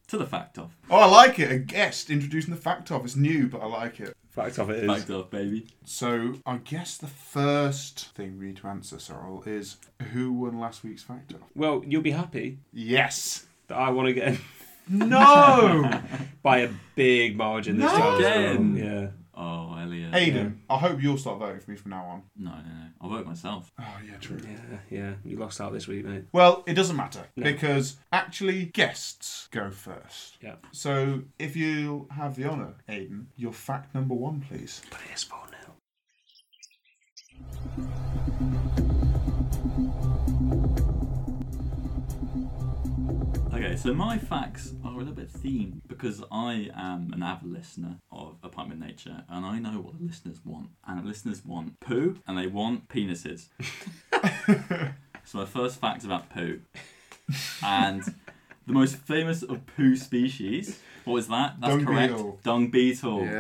to the fact of.
Oh, I like it. A guest introducing the fact of. It's new, but I like it.
Fact of it is,
Fact of, baby.
So I guess the first thing we need to answer, Sorrel, is who won last week's fact off?
well, you'll be happy
Yes.
that I want to get [LAUGHS]
No.
by a big margin this
No!
time.
Again!
Yeah,
Oh, Elliot.
Aiden, I hope you'll start voting for me from now on.
No, no, no. I'll vote myself.
Oh yeah, true.
yeah, yeah. You lost out this week, mate.
Well, it doesn't matter
No.
because actually guests go first.
Yeah.
So if you have the honour, Aiden, your fact number one, please.
But it is four 0
Okay, so my facts are a little bit themed because I am an avid listener of Apartment Nature and I know what the listeners want. And the listeners want poo and they want
[LAUGHS]
penises. so my first fact's about poo. And the most famous of poo species, what is that? That's
Dung
correct.
beetle.
Dung beetle. Thank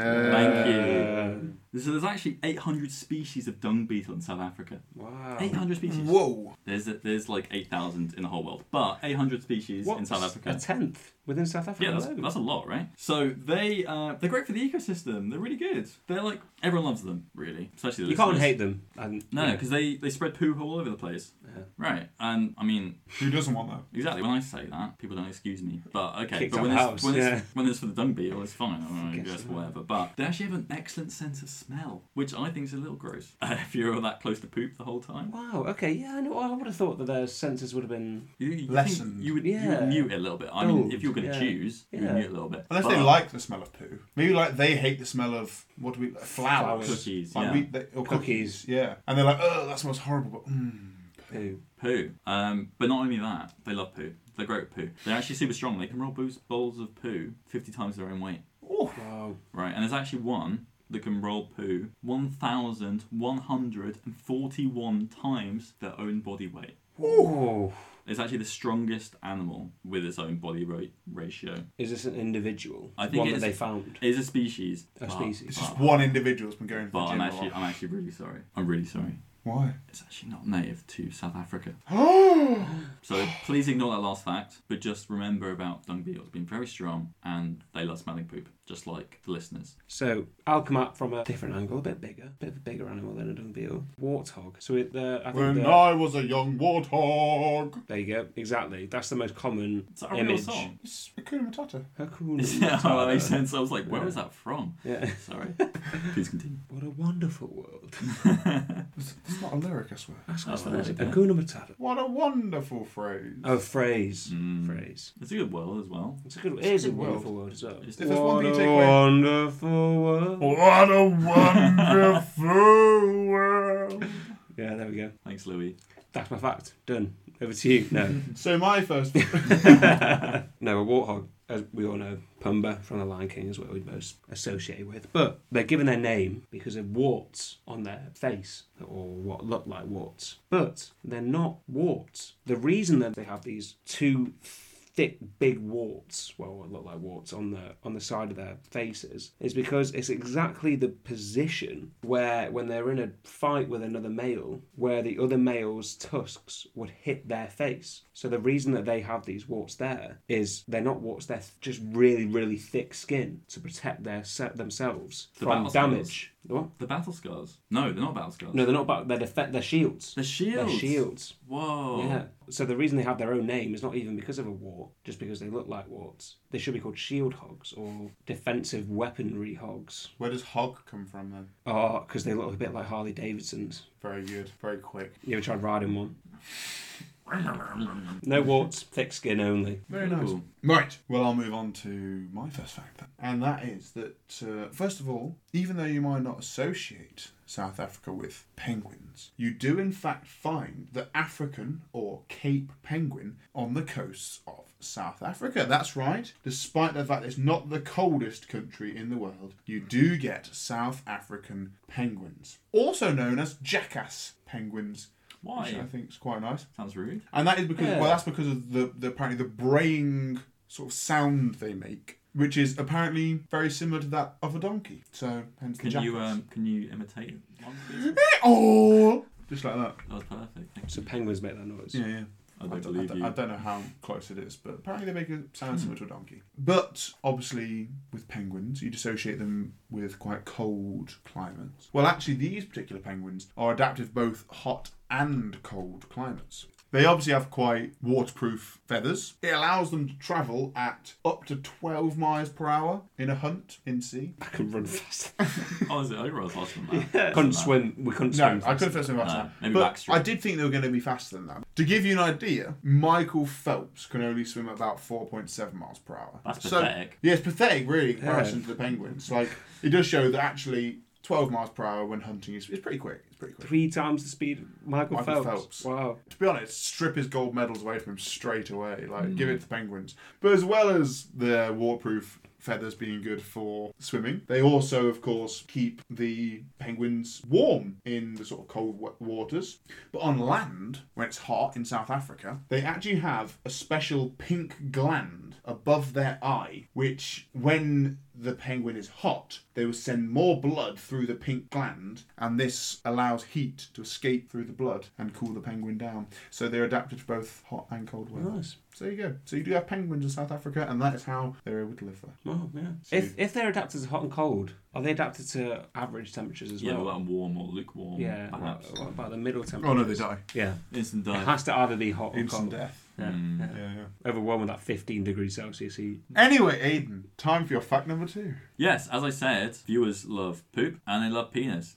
Yeah.
you. So there's actually 800 species of dung beetle in South Africa.
Wow.
800 species.
[LAUGHS] Whoa.
There's there's like 8,000 in the whole world, but 800 species in
What's
South Africa.
A tenth within South Africa.
Yeah, that's,
alone?
that's a lot, right? So they uh, they're great for the ecosystem. They're really good. They're like everyone loves them, really, especially the
you can't
listeners.
hate them. And,
No,
yeah.
because they they spread poo all over the place,
Yeah.
right? And I mean,
Who doesn't want that?
exactly when I say that, people don't excuse me. But okay,
Kicked
but
out
when
the
it's,
house,
when,
yeah.
it's, when it's for the dung beetle, it's fine. All right,
Guess
yes,
not.
whatever. But they actually have an excellent sense of smell, which I think is a little gross [LAUGHS] if you're that close to poop the whole time.
Wow. Okay. Yeah, I know. I would have thought that their senses would have been.
You, you think
Lessened.
You would, you
Yeah.
would mute it a little bit. I mean,
Oh,
if you were going to
yeah.
choose, you would
Yeah.
mute it a little bit.
Unless
But-
they like the smell of poo. Maybe like they hate the smell of what do we flowers,
Cookies,
like
yeah.
we, they, or cookies.
Cookies.
yeah. And they're like, oh, that smells horrible. But mm.
Poo.
poo. Um, but not only that, they love poo. They're great at poo. They're actually super strong. They can roll boos- bowls of poo 50 times their own weight.
oh,
Wow.
Right, and there's actually one that can roll poo 1,141 times their own body weight.
Whoa.
It's actually the strongest animal with its own body weight ratio.
Is this an individual?
I think
one
it
that
is-
they found.
It is a species.
A
but-
species.
it's just
but-
one individual's been going to the
But
gym.
I'm
a
actually,
lot.
I'm actually really sorry. I'm really sorry.
Why?
It's actually not native to
[GASPS]
South Africa.
Oh,
So please ignore that last fact, but just remember about dung beetles being very strong and they love smelling poop, just like the listeners.
So I'll come at from a different angle, a bit bigger, bit of a bigger animal than a dung beetle, warthog. So it, uh, I think
when
the-
I was a young warthog.
there you go, exactly. That's the most common
Is that a
image.
real song?
It's Hakuna Matata.
Hakuna
[LAUGHS] yeah, oh, that makes
Matata.
sense. I was like, where
Yeah.
was that from?
Yeah. [LAUGHS]
Sorry. please continue. [LAUGHS]
What a wonderful world.
It's, it's not a lyric, I swear.
That's
Oh,
what's
there
the
we
name.
go.
Hakuna Matata.
What a wonderful phrase.
Oh, phrase.
Mm.
Phrase.
It's a good world as well.
It's a good. It
a
is a
good world.
wonderful world as well.
If
there's one
what
thing you
a
take away-
wonderful world.
What a wonderful [LAUGHS] world.
Yeah, there we go.
Thanks, Louis.
That's my fact. Done. Over to you. No.
So my first.
no, a warthog, as we all know, Pumba from The Lion King is what we most associate with. But they're given their name because of warts on their face, or what look like warts. But they're not warts. The reason that they have these two thick, big warts, well, what look like warts on the on the side of their faces, is because it's exactly the position where, when they're in a fight with another male, where the other male's tusks would hit their face. So the reason that they have these warts there is they're not warts; they're just really, really thick skin to protect their se- themselves
The
from
battle scars.
damage. The What?
The battle scars. No, they're not battle scars.
No, they're not. But they're defect. They're shields.
They're
They're
shields.
shields.
Whoa.
Yeah. So the reason they have their own name is not even because of a wart, just because they look like warts. They should be called shield hogs or defensive weaponry hogs.
Where does hog come from then?
Oh, because they look a bit like Harley Davidsons.
Very good. Very quick.
You ever tried riding one? No warts, thick skin only.
Very
Cool.
Right. Well, I'll move on to my first fact then. And that is that, uh, first of all, even though you might not associate South Africa with penguins. You do, in fact, find the African or Cape penguin on the coasts of South Africa. That's right. Despite the fact it's not the coldest country in the world, you do get South African penguins, also known as jackass penguins. Which I
Why?
think is quite nice.
Sounds rude.
And that is because
Yeah.
well, that's because of the, the apparently the braying sort of sound they make, which is apparently very similar to that of a donkey. So hence the
Can you
jackass.
um, can you imitate one,
[LAUGHS]
please?
Oh, just like that.
That was perfect. Thank you.
So penguins make that noise.
Yeah, yeah.
I don't
I,
believe
don't-
you.
I
Hmm.
don't know how close it is, but apparently they make a sound similar to a donkey. But obviously, with penguins, you'd associate them with quite cold climates. Well, actually, these particular penguins are adapted to both hot and cold climates. They obviously have quite waterproof feathers. It allows them to travel at up to 12 miles per hour in a hunt in sea.
[LAUGHS] I can run fast. [LAUGHS]
Oh, is it over? I was lost from that.
couldn't swim. We couldn't
No,
swim.
I couldn't fit them faster.
No,
than that.
maybe
but
backstroke.
I did think they were going to be faster than that. To give you an idea, Michael Phelps can only swim at about 4.7 miles per hour.
That's
So-
pathetic.
Yeah, it's pathetic, really, in comparison to the penguins. Like, it does show that actually 12 miles per hour when hunting is, is pretty quick. It's pretty quick.
Three times the speed of Michael,
Michael
Phelps.
Phelps.
Wow.
To be honest, strip his gold medals away from him straight away. Like, give it to penguins. But as well as their waterproof feathers being good for swimming, they also, of course, keep the penguins warm in the sort of cold wa- waters. But on land, when it's hot in South Africa, they actually have a special pink gland above their eye, which, when the penguin is hot, they will send more blood through the pink gland, and this allows heat to escape through the blood and cool the penguin down. So they're adapted to both hot and cold weather.
Nice.
So there you go. So you do have penguins in South Africa, and that is how they're able to live there.
Wow. Yeah.
So-
if if they're adapted to hot and cold, are they adapted to average temperatures as
Yeah,
well?
well, I'm warm or lukewarm,
yeah.
Mm, perhaps.
What, what about the middle temperature?
Oh no, they die.
Yeah.
Instant
It
dive.
has to either be hot or
Instant
cold.
death.
Yeah.
Mm.
yeah.
Yeah, yeah.
Overwhelmed with that 15 degrees Celsius heat.
Anyway, Aiden, time for your fact number two.
Yes, as I said, viewers love poop and they love penis.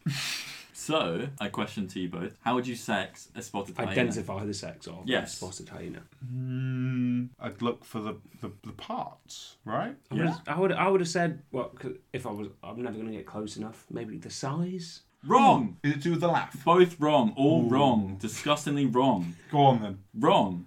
so, a question to you both: How would you sex a spotted hyena?
Identify the sex of
Oh, Yes.
a spotted hyena.
Mm, I'd look for the, the, the parts, right?
I would,
Yeah.
I would I would have said well 'cause if I was I'm never going to get close enough maybe the size
Wrong.
Is it do with the laugh?
Both wrong. All wrong. Disgustingly wrong.
Go on then.
Wrong.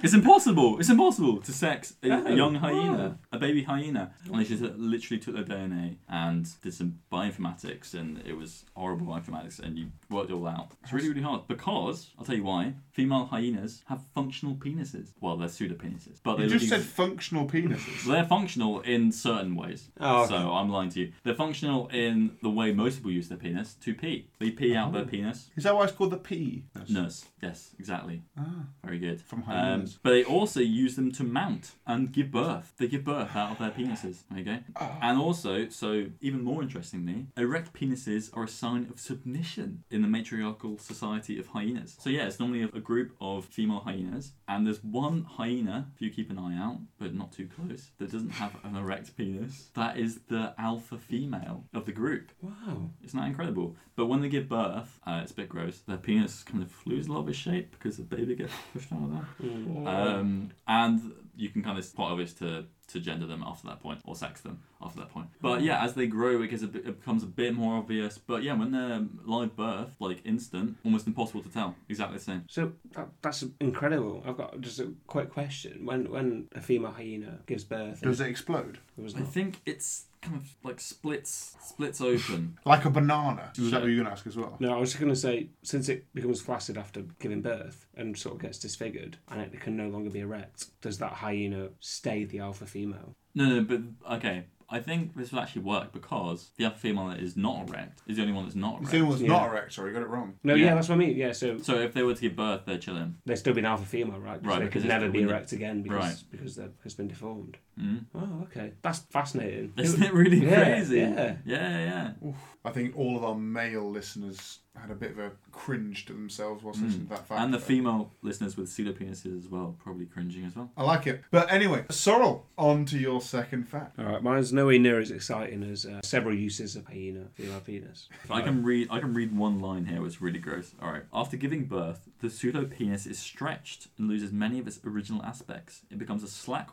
It's impossible. It's impossible to sex a, a
Oh,
young hyena, a baby hyena. And they just literally took their DNA and did some bioinformatics, and it was horrible bioinformatics, and you worked it all out. It's really, really hard because I'll tell you why. Female hyenas have functional penises. Well, they're pseudo penises, but they
You just
look
said functional penises.
Well, they're functional in certain ways.
Oh, okay.
So I'm lying to you. They're functional in the way most people use their penis to pee. They pee out their penis.
Is that why it's called the P?
Nurse. Yes, exactly.
Ah.
Very good.
From
Um,
hyenas.
but they also use them to mount and give birth. They give birth out of their penises. There you go.
Ah.
And also, so even more interestingly, erect penises are a sign of submission in the matriarchal society of hyenas. So yeah, it's normally a, a group of female hyenas, and there's one hyena, if you keep an eye out, but not too close, that doesn't have an erect penis. That is the alpha female of the group.
wow
Isn't that incredible? But when they give birth, uh, it's a bit gross. Their penis kind of loses a lot of its shape because the baby gets pushed out of there.
Mm.
Mm.
Um, and you can kind of part of it is to to gender them after that point or sex them after that point. But yeah, as they grow, it, gets a bit, it becomes a bit more obvious. But yeah, when they're live birth, like instant, almost impossible to tell. Exactly the same.
so that, that's incredible I've got just a quick question when when a female hyena gives birth
Does it explode?
it was
I
not
think it's kind of like splits splits open.
Like a banana? Was that what you were going to ask as well?
no I was just going to say since it becomes flaccid after giving birth and sort of gets disfigured and it can no longer be erect does that hyena stay the alpha female
no, no, but okay. I think this will actually work because the other female that is not erect is the only one that's
It's
not erect.
The only one's
Yeah.
not erect, sorry, you got it wrong.
no yeah.
Yeah.
that's what I mean yeah so
So if they were to give birth, they're chilling.
they're still being alpha female right
Right,
they
because
could
it's-
never be
wouldn't it-
erect again because
Right.
because their has been deformed
Mm.
oh okay that's fascinating
[LAUGHS] Isn't it really
Yeah,
crazy?
yeah.
yeah, yeah.
I think all of our male listeners had a bit of a cringe to themselves whilst listening to that fact.
Hmm. Mm. And the
though.
female listeners with pseudopenises as well, probably cringing as well.
I like it. But anyway, Sorrel, on to your second fact.
All right, mine's nowhere near as exciting as uh, several uses of hyena female penis.
I can read. I can read one line here. It's really gross. All right. After giving birth, the pseudopenis is stretched and loses many of its original aspects. It becomes a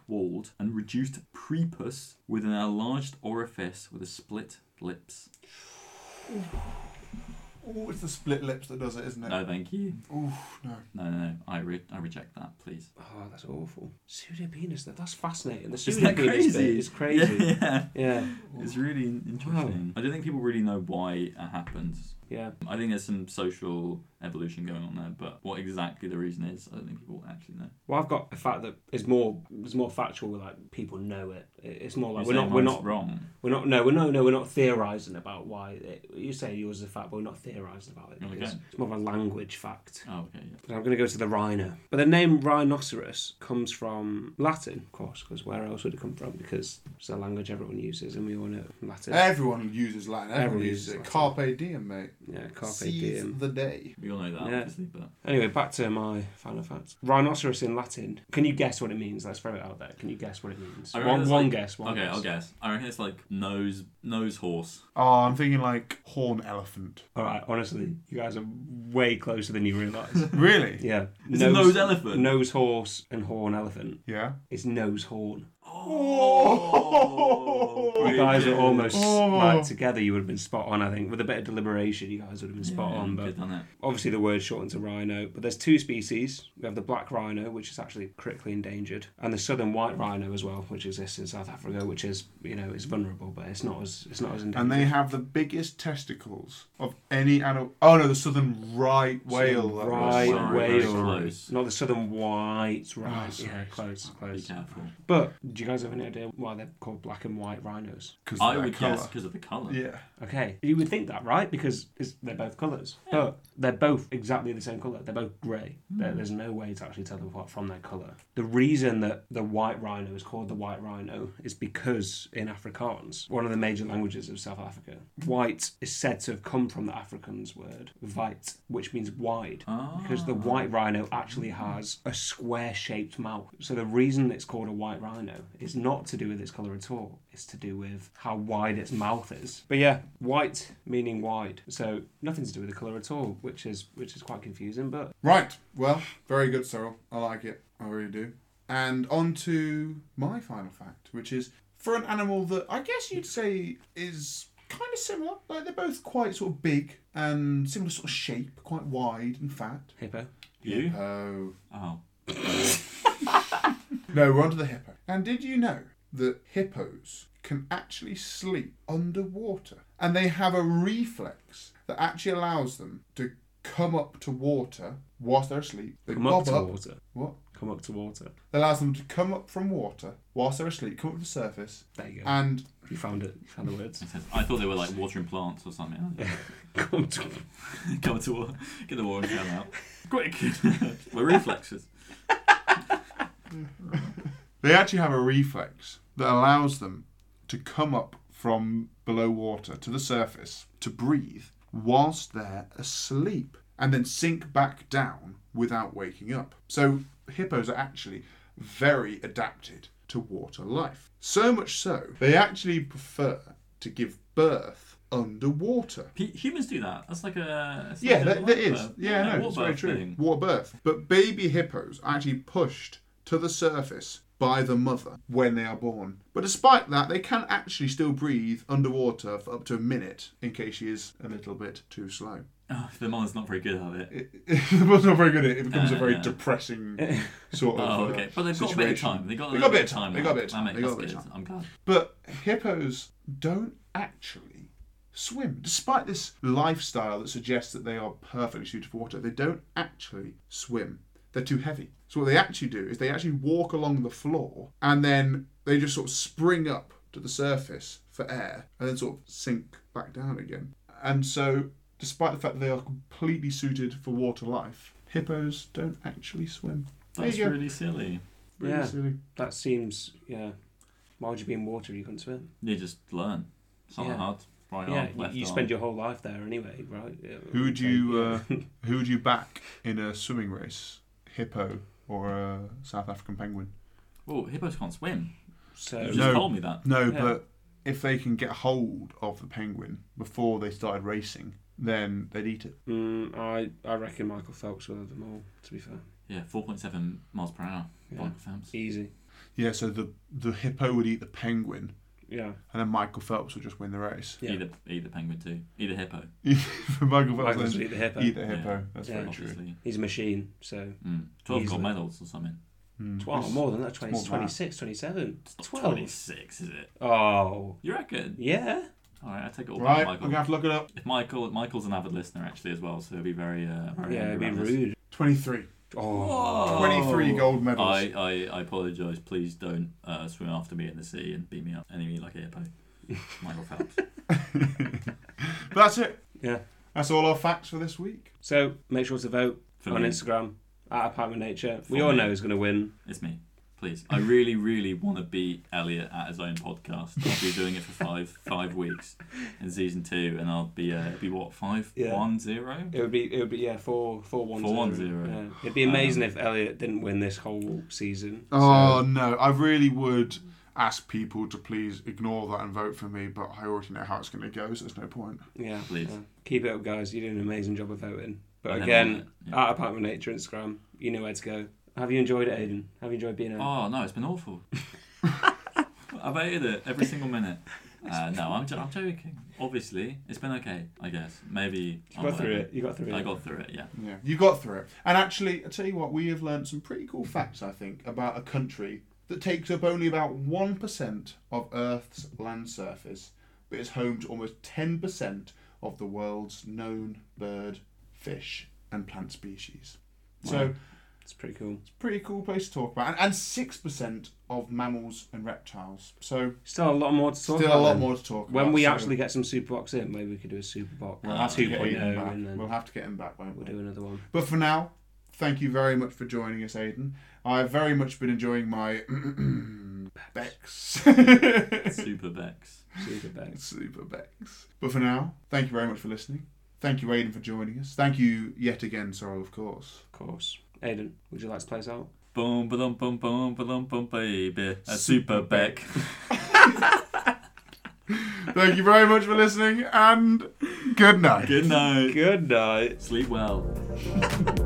slack-walled and reduced prepuce with an enlarged orifice with a split lips.
Ooh, it's the split lips that does it, isn't it?
No, thank you.
Ooh, no.
No, no, no. I, re- I reject that, please.
Oh, that's awful. Pseudo penis. That's fascinating. The
Isn't that
pseudo penis
crazy?
is crazy.
[LAUGHS] Yeah, yeah.
yeah,
It's really in- interesting. I don't think people really know why it happens.
yeah.
I think there's some social evolution going on there, but what exactly the reason is, I don't think people actually know.
Well, I've got a fact that is more is more factual. Like people know it. It- It's more like
You
we're
say
not we're
mine's
not
wrong.
we're not no we're no no we're not theorizing about why it, you say yours is a fact, but we're not theorizing about it.
Okay.
It's, it's more of a language fact.
Oh, okay, yeah.
But I'm going to go to the rhino. But the name rhinoceros comes from Latin, of course, because where else would it come from? Because it's a language everyone uses, and we all know Latin.
Everyone uses Latin. Everyone,
Everyone
uses,
uses
it.
Latin.
Carpe diem, mate.
yeah, carpe
Seize
diem.
the day.
We all know that,
Yeah.
obviously, but
Anyway, back to my final facts. Rhinoceros in Latin. Can you guess what it means? Let's throw it out there. Can you guess what it means?
I
One,
reckon
one
it's like-
guess. One
okay,
guess.
I'll guess. I reckon it's like nose nose horse.
Oh, I'm thinking like horn elephant.
All right. Honestly, you guys are way closer than you
[LAUGHS]
realise.
Really?
yeah.
It's a nose elephant.
Nose horse and horn elephant.
Yeah.
It's nose horn.
[LAUGHS] Oh.
[LAUGHS] Oh,
You guys are
brilliant.
almost
Oh.
like together. You would have been spot on. I think with a bit of deliberation, you guys would have been spot
Yeah,
on.
good
But
done it.
obviously, the word's shortened to rhino. But there's two species. We have the black rhino, which is actually critically endangered, and the southern white rhino as well, which exists in South Africa, which is you know is vulnerable, but it's not as it's not as endangered.
And they have the biggest testicles of any animal. Oh no, the southern right whale. that was.
right
Wow,
whale,
that's close.
not the southern white,
Oh,
right?
sorry.
yeah, close,
Be
close.
careful.
But do you guys have any idea why they're called black and white rhinos?
'Cause of
I
their
would
colour.
guess because of the colour.
Yeah.
Okay, you would think that, right? Because it's, they're both colours, but they're both exactly the same colour. They're both grey. There There's no way to actually tell them apart from their colour. The reason that the white rhino is called the white rhino is because in Afrikaans, one of the major languages of South Africa, white is said to have come from the Afrikaans word "wit," which means wide.
Ah.
because the white rhino actually has a square shaped mouth. So the reason it's called a white rhino is not to do with its colour at all, it's to do with how wide its mouth is. But yeah, white meaning wide. So nothing to do with the colour at all, which is which is quite confusing, but
Right. Well, very good, Cyril. I like it. I really do. And on to my final fact, which is for an animal that I guess you'd say is kind of similar. Like they're both quite sort of big and similar sort of shape, quite wide and fat.
hippo.
You?
Hippo.
Oh.
No, we're onto the hippo. And did you know that hippos can actually sleep underwater? And they have a reflex that actually allows them to come up to water whilst they're asleep. They
Come
bob
up to water.
What?
Come up to water.
That allows them to come up from water whilst they're asleep, come up to the surface,
There you go.
and
you found it. You found the words. [LAUGHS]
It says- I thought they were like watering plants or something. [LAUGHS]
Come to
Go to water. Get the watering can
[LAUGHS]
out. Quick. [LAUGHS] we're reflexes.
they actually have a reflex that allows them to come up from below water to the surface to breathe whilst they're asleep and then sink back down without waking up. So hippos are actually very adapted to water life. So much so, they actually prefer to give birth underwater.
P- humans do that. That's like a. it's
Yeah,
like a
that, that
water
is.
birth.
Yeah, no,
water
it's very
birth
true.
thing.
Water birth. But baby hippos are actually pushed to the surface by the mother when they are born. But despite that, they can actually still breathe underwater for up to a minute in case she is a little bit too slow.
Oh, the mother's not very good at it.
It, [LAUGHS] it's not very good. at It It becomes a very
Uh, [LAUGHS]
depressing sort of.
Oh,
uh,
okay. But they've got a bit of
situation.
time. They've got,
They
little
got a bit of time. They got a bit of
That
time.
makes
They got a
us
bit of
good.
time.
I'm glad.
But hippos don't actually swim. Despite this lifestyle that suggests that they are perfectly suited for water, they don't actually swim. They're too heavy. So what they actually do is they actually walk along the floor and then they just sort of spring up to the surface for air and then sort of sink back down again. And so despite the fact that they are completely suited for water life, hippos don't actually swim. There
That's
you go.
really silly.
Really
Yeah.
silly.
That seems yeah. Why would you be in water if you couldn't swim?
You just learn. It's not
Yeah.
that hard. Right
yeah,
arm,
you-
left
you
arm.
spend your whole life there anyway, right? Yeah,
Who would you
yeah.
uh, who would you back in a swimming race? Hippo or a South African penguin?
Oh, hippos can't swim.
[LAUGHS] so
You just
No.
told me that.
No,
Yeah.
but if they can get hold of the penguin before they started racing, then they'd eat it.
Mm, I, I reckon Michael Phelps will have them all, to be fair.
Yeah, 4.7 miles per hour.
Yeah.
Michael Phelps.
Easy.
Yeah, so the the hippo would eat the penguin
Yeah.
and then Michael Phelps will just win the race. [LAUGHS]
Yeah.
Either either penguin too. Either hippo.
For Michael Phelps,
Michael's
then
eat the hippo.
either
Yeah.
hippo. That's
Yeah.
very true.
Obviously.
He's a machine, so.
Mm. Twelve
Easily.
gold medals or something.
Mm.
Well,
It's-
more than that,
more
20,
than that.
26, 27.
It's not
12.
twenty six, is it?
Oh.
You reckon?
Yeah.
All right, I take it all
Right,
back,
we're
Michael.
gonna have to look it up.
If Michael Michael's an avid listener actually as well, so he'll be very uh, very
Yeah, it'd
angry
be
about this.
rude.
Twenty-three.
Oh.
Twenty-three gold medals.
I, I, I apologise. Please don't uh, swim after me in the sea and beat me up. Enemy like
[LAUGHS]
a hippo. Michael Phelps.
But that's it.
Yeah.
That's all our facts for this week.
So make sure to vote
For
on
me.
Instagram at Apartment Nature. we
For
all
me.
know who's going to win.
It's me. Please. I really, really want to beat Elliot at his own podcast. I'll be doing it for five five weeks in season two, and I'll be uh, be what five
Yeah.
one zero.
It would be, it would be yeah, four, four, one,
Four, one, zero. Um,
Yeah. It'd be amazing if Elliot didn't win this whole season.
Oh no, I really would ask people to please ignore that and vote for me, but I already know how it's going to go, so there's no point.
So, yeah,
Please.
yeah. keep it up, guys. You're doing an amazing job of voting. But
And then
again,
Elliot, yeah.
at Apartment Nature Instagram, you know where to go. Have you enjoyed it, Aiden? Have you enjoyed being here?
Oh no, it's been awful. I've hated it every single minute. Uh, no, I'm, jo- I'm joking. Obviously, it's been okay. I guess maybe
you got through it. You got through it.
I got through it. Yeah.
Yeah, you got through it. And actually, I tell you what, we have learned some pretty cool facts, I think, about a country that takes up only about 1% of Earth's land surface, but is home to almost 10% of the world's known bird, fish, and plant species. So,
It's pretty cool.
it's a pretty cool place to talk about. And, and 6% of mammals and reptiles. So,
Still a lot more to
still
talk about.
a lot
then.
more to talk about.
When we
so
actually get some Superbox in, maybe we could do a Superbox
We'll
Ah,
have, to
2.0
get Aiden back.
and then
we'll have to get him back, won't we?
we'll do another one.
But for now, thank you very much for joining us, Aiden. I've very much been enjoying my [CLEARS THROAT] Bex. [LAUGHS]
Super Bex.
Superbox.
Super Bex. But for now, thank you very much for listening. Thank you, Aiden, for joining us. Thank you yet again, Sorrel, of course.
Of course. Aiden, would you like to play us out?
Boom, ba dum, boom, boom, ba dum, boom, baby. A super Beck.
Thank you very much for listening, and good night.
[LAUGHS] Good night.
Good night.
Sleep well.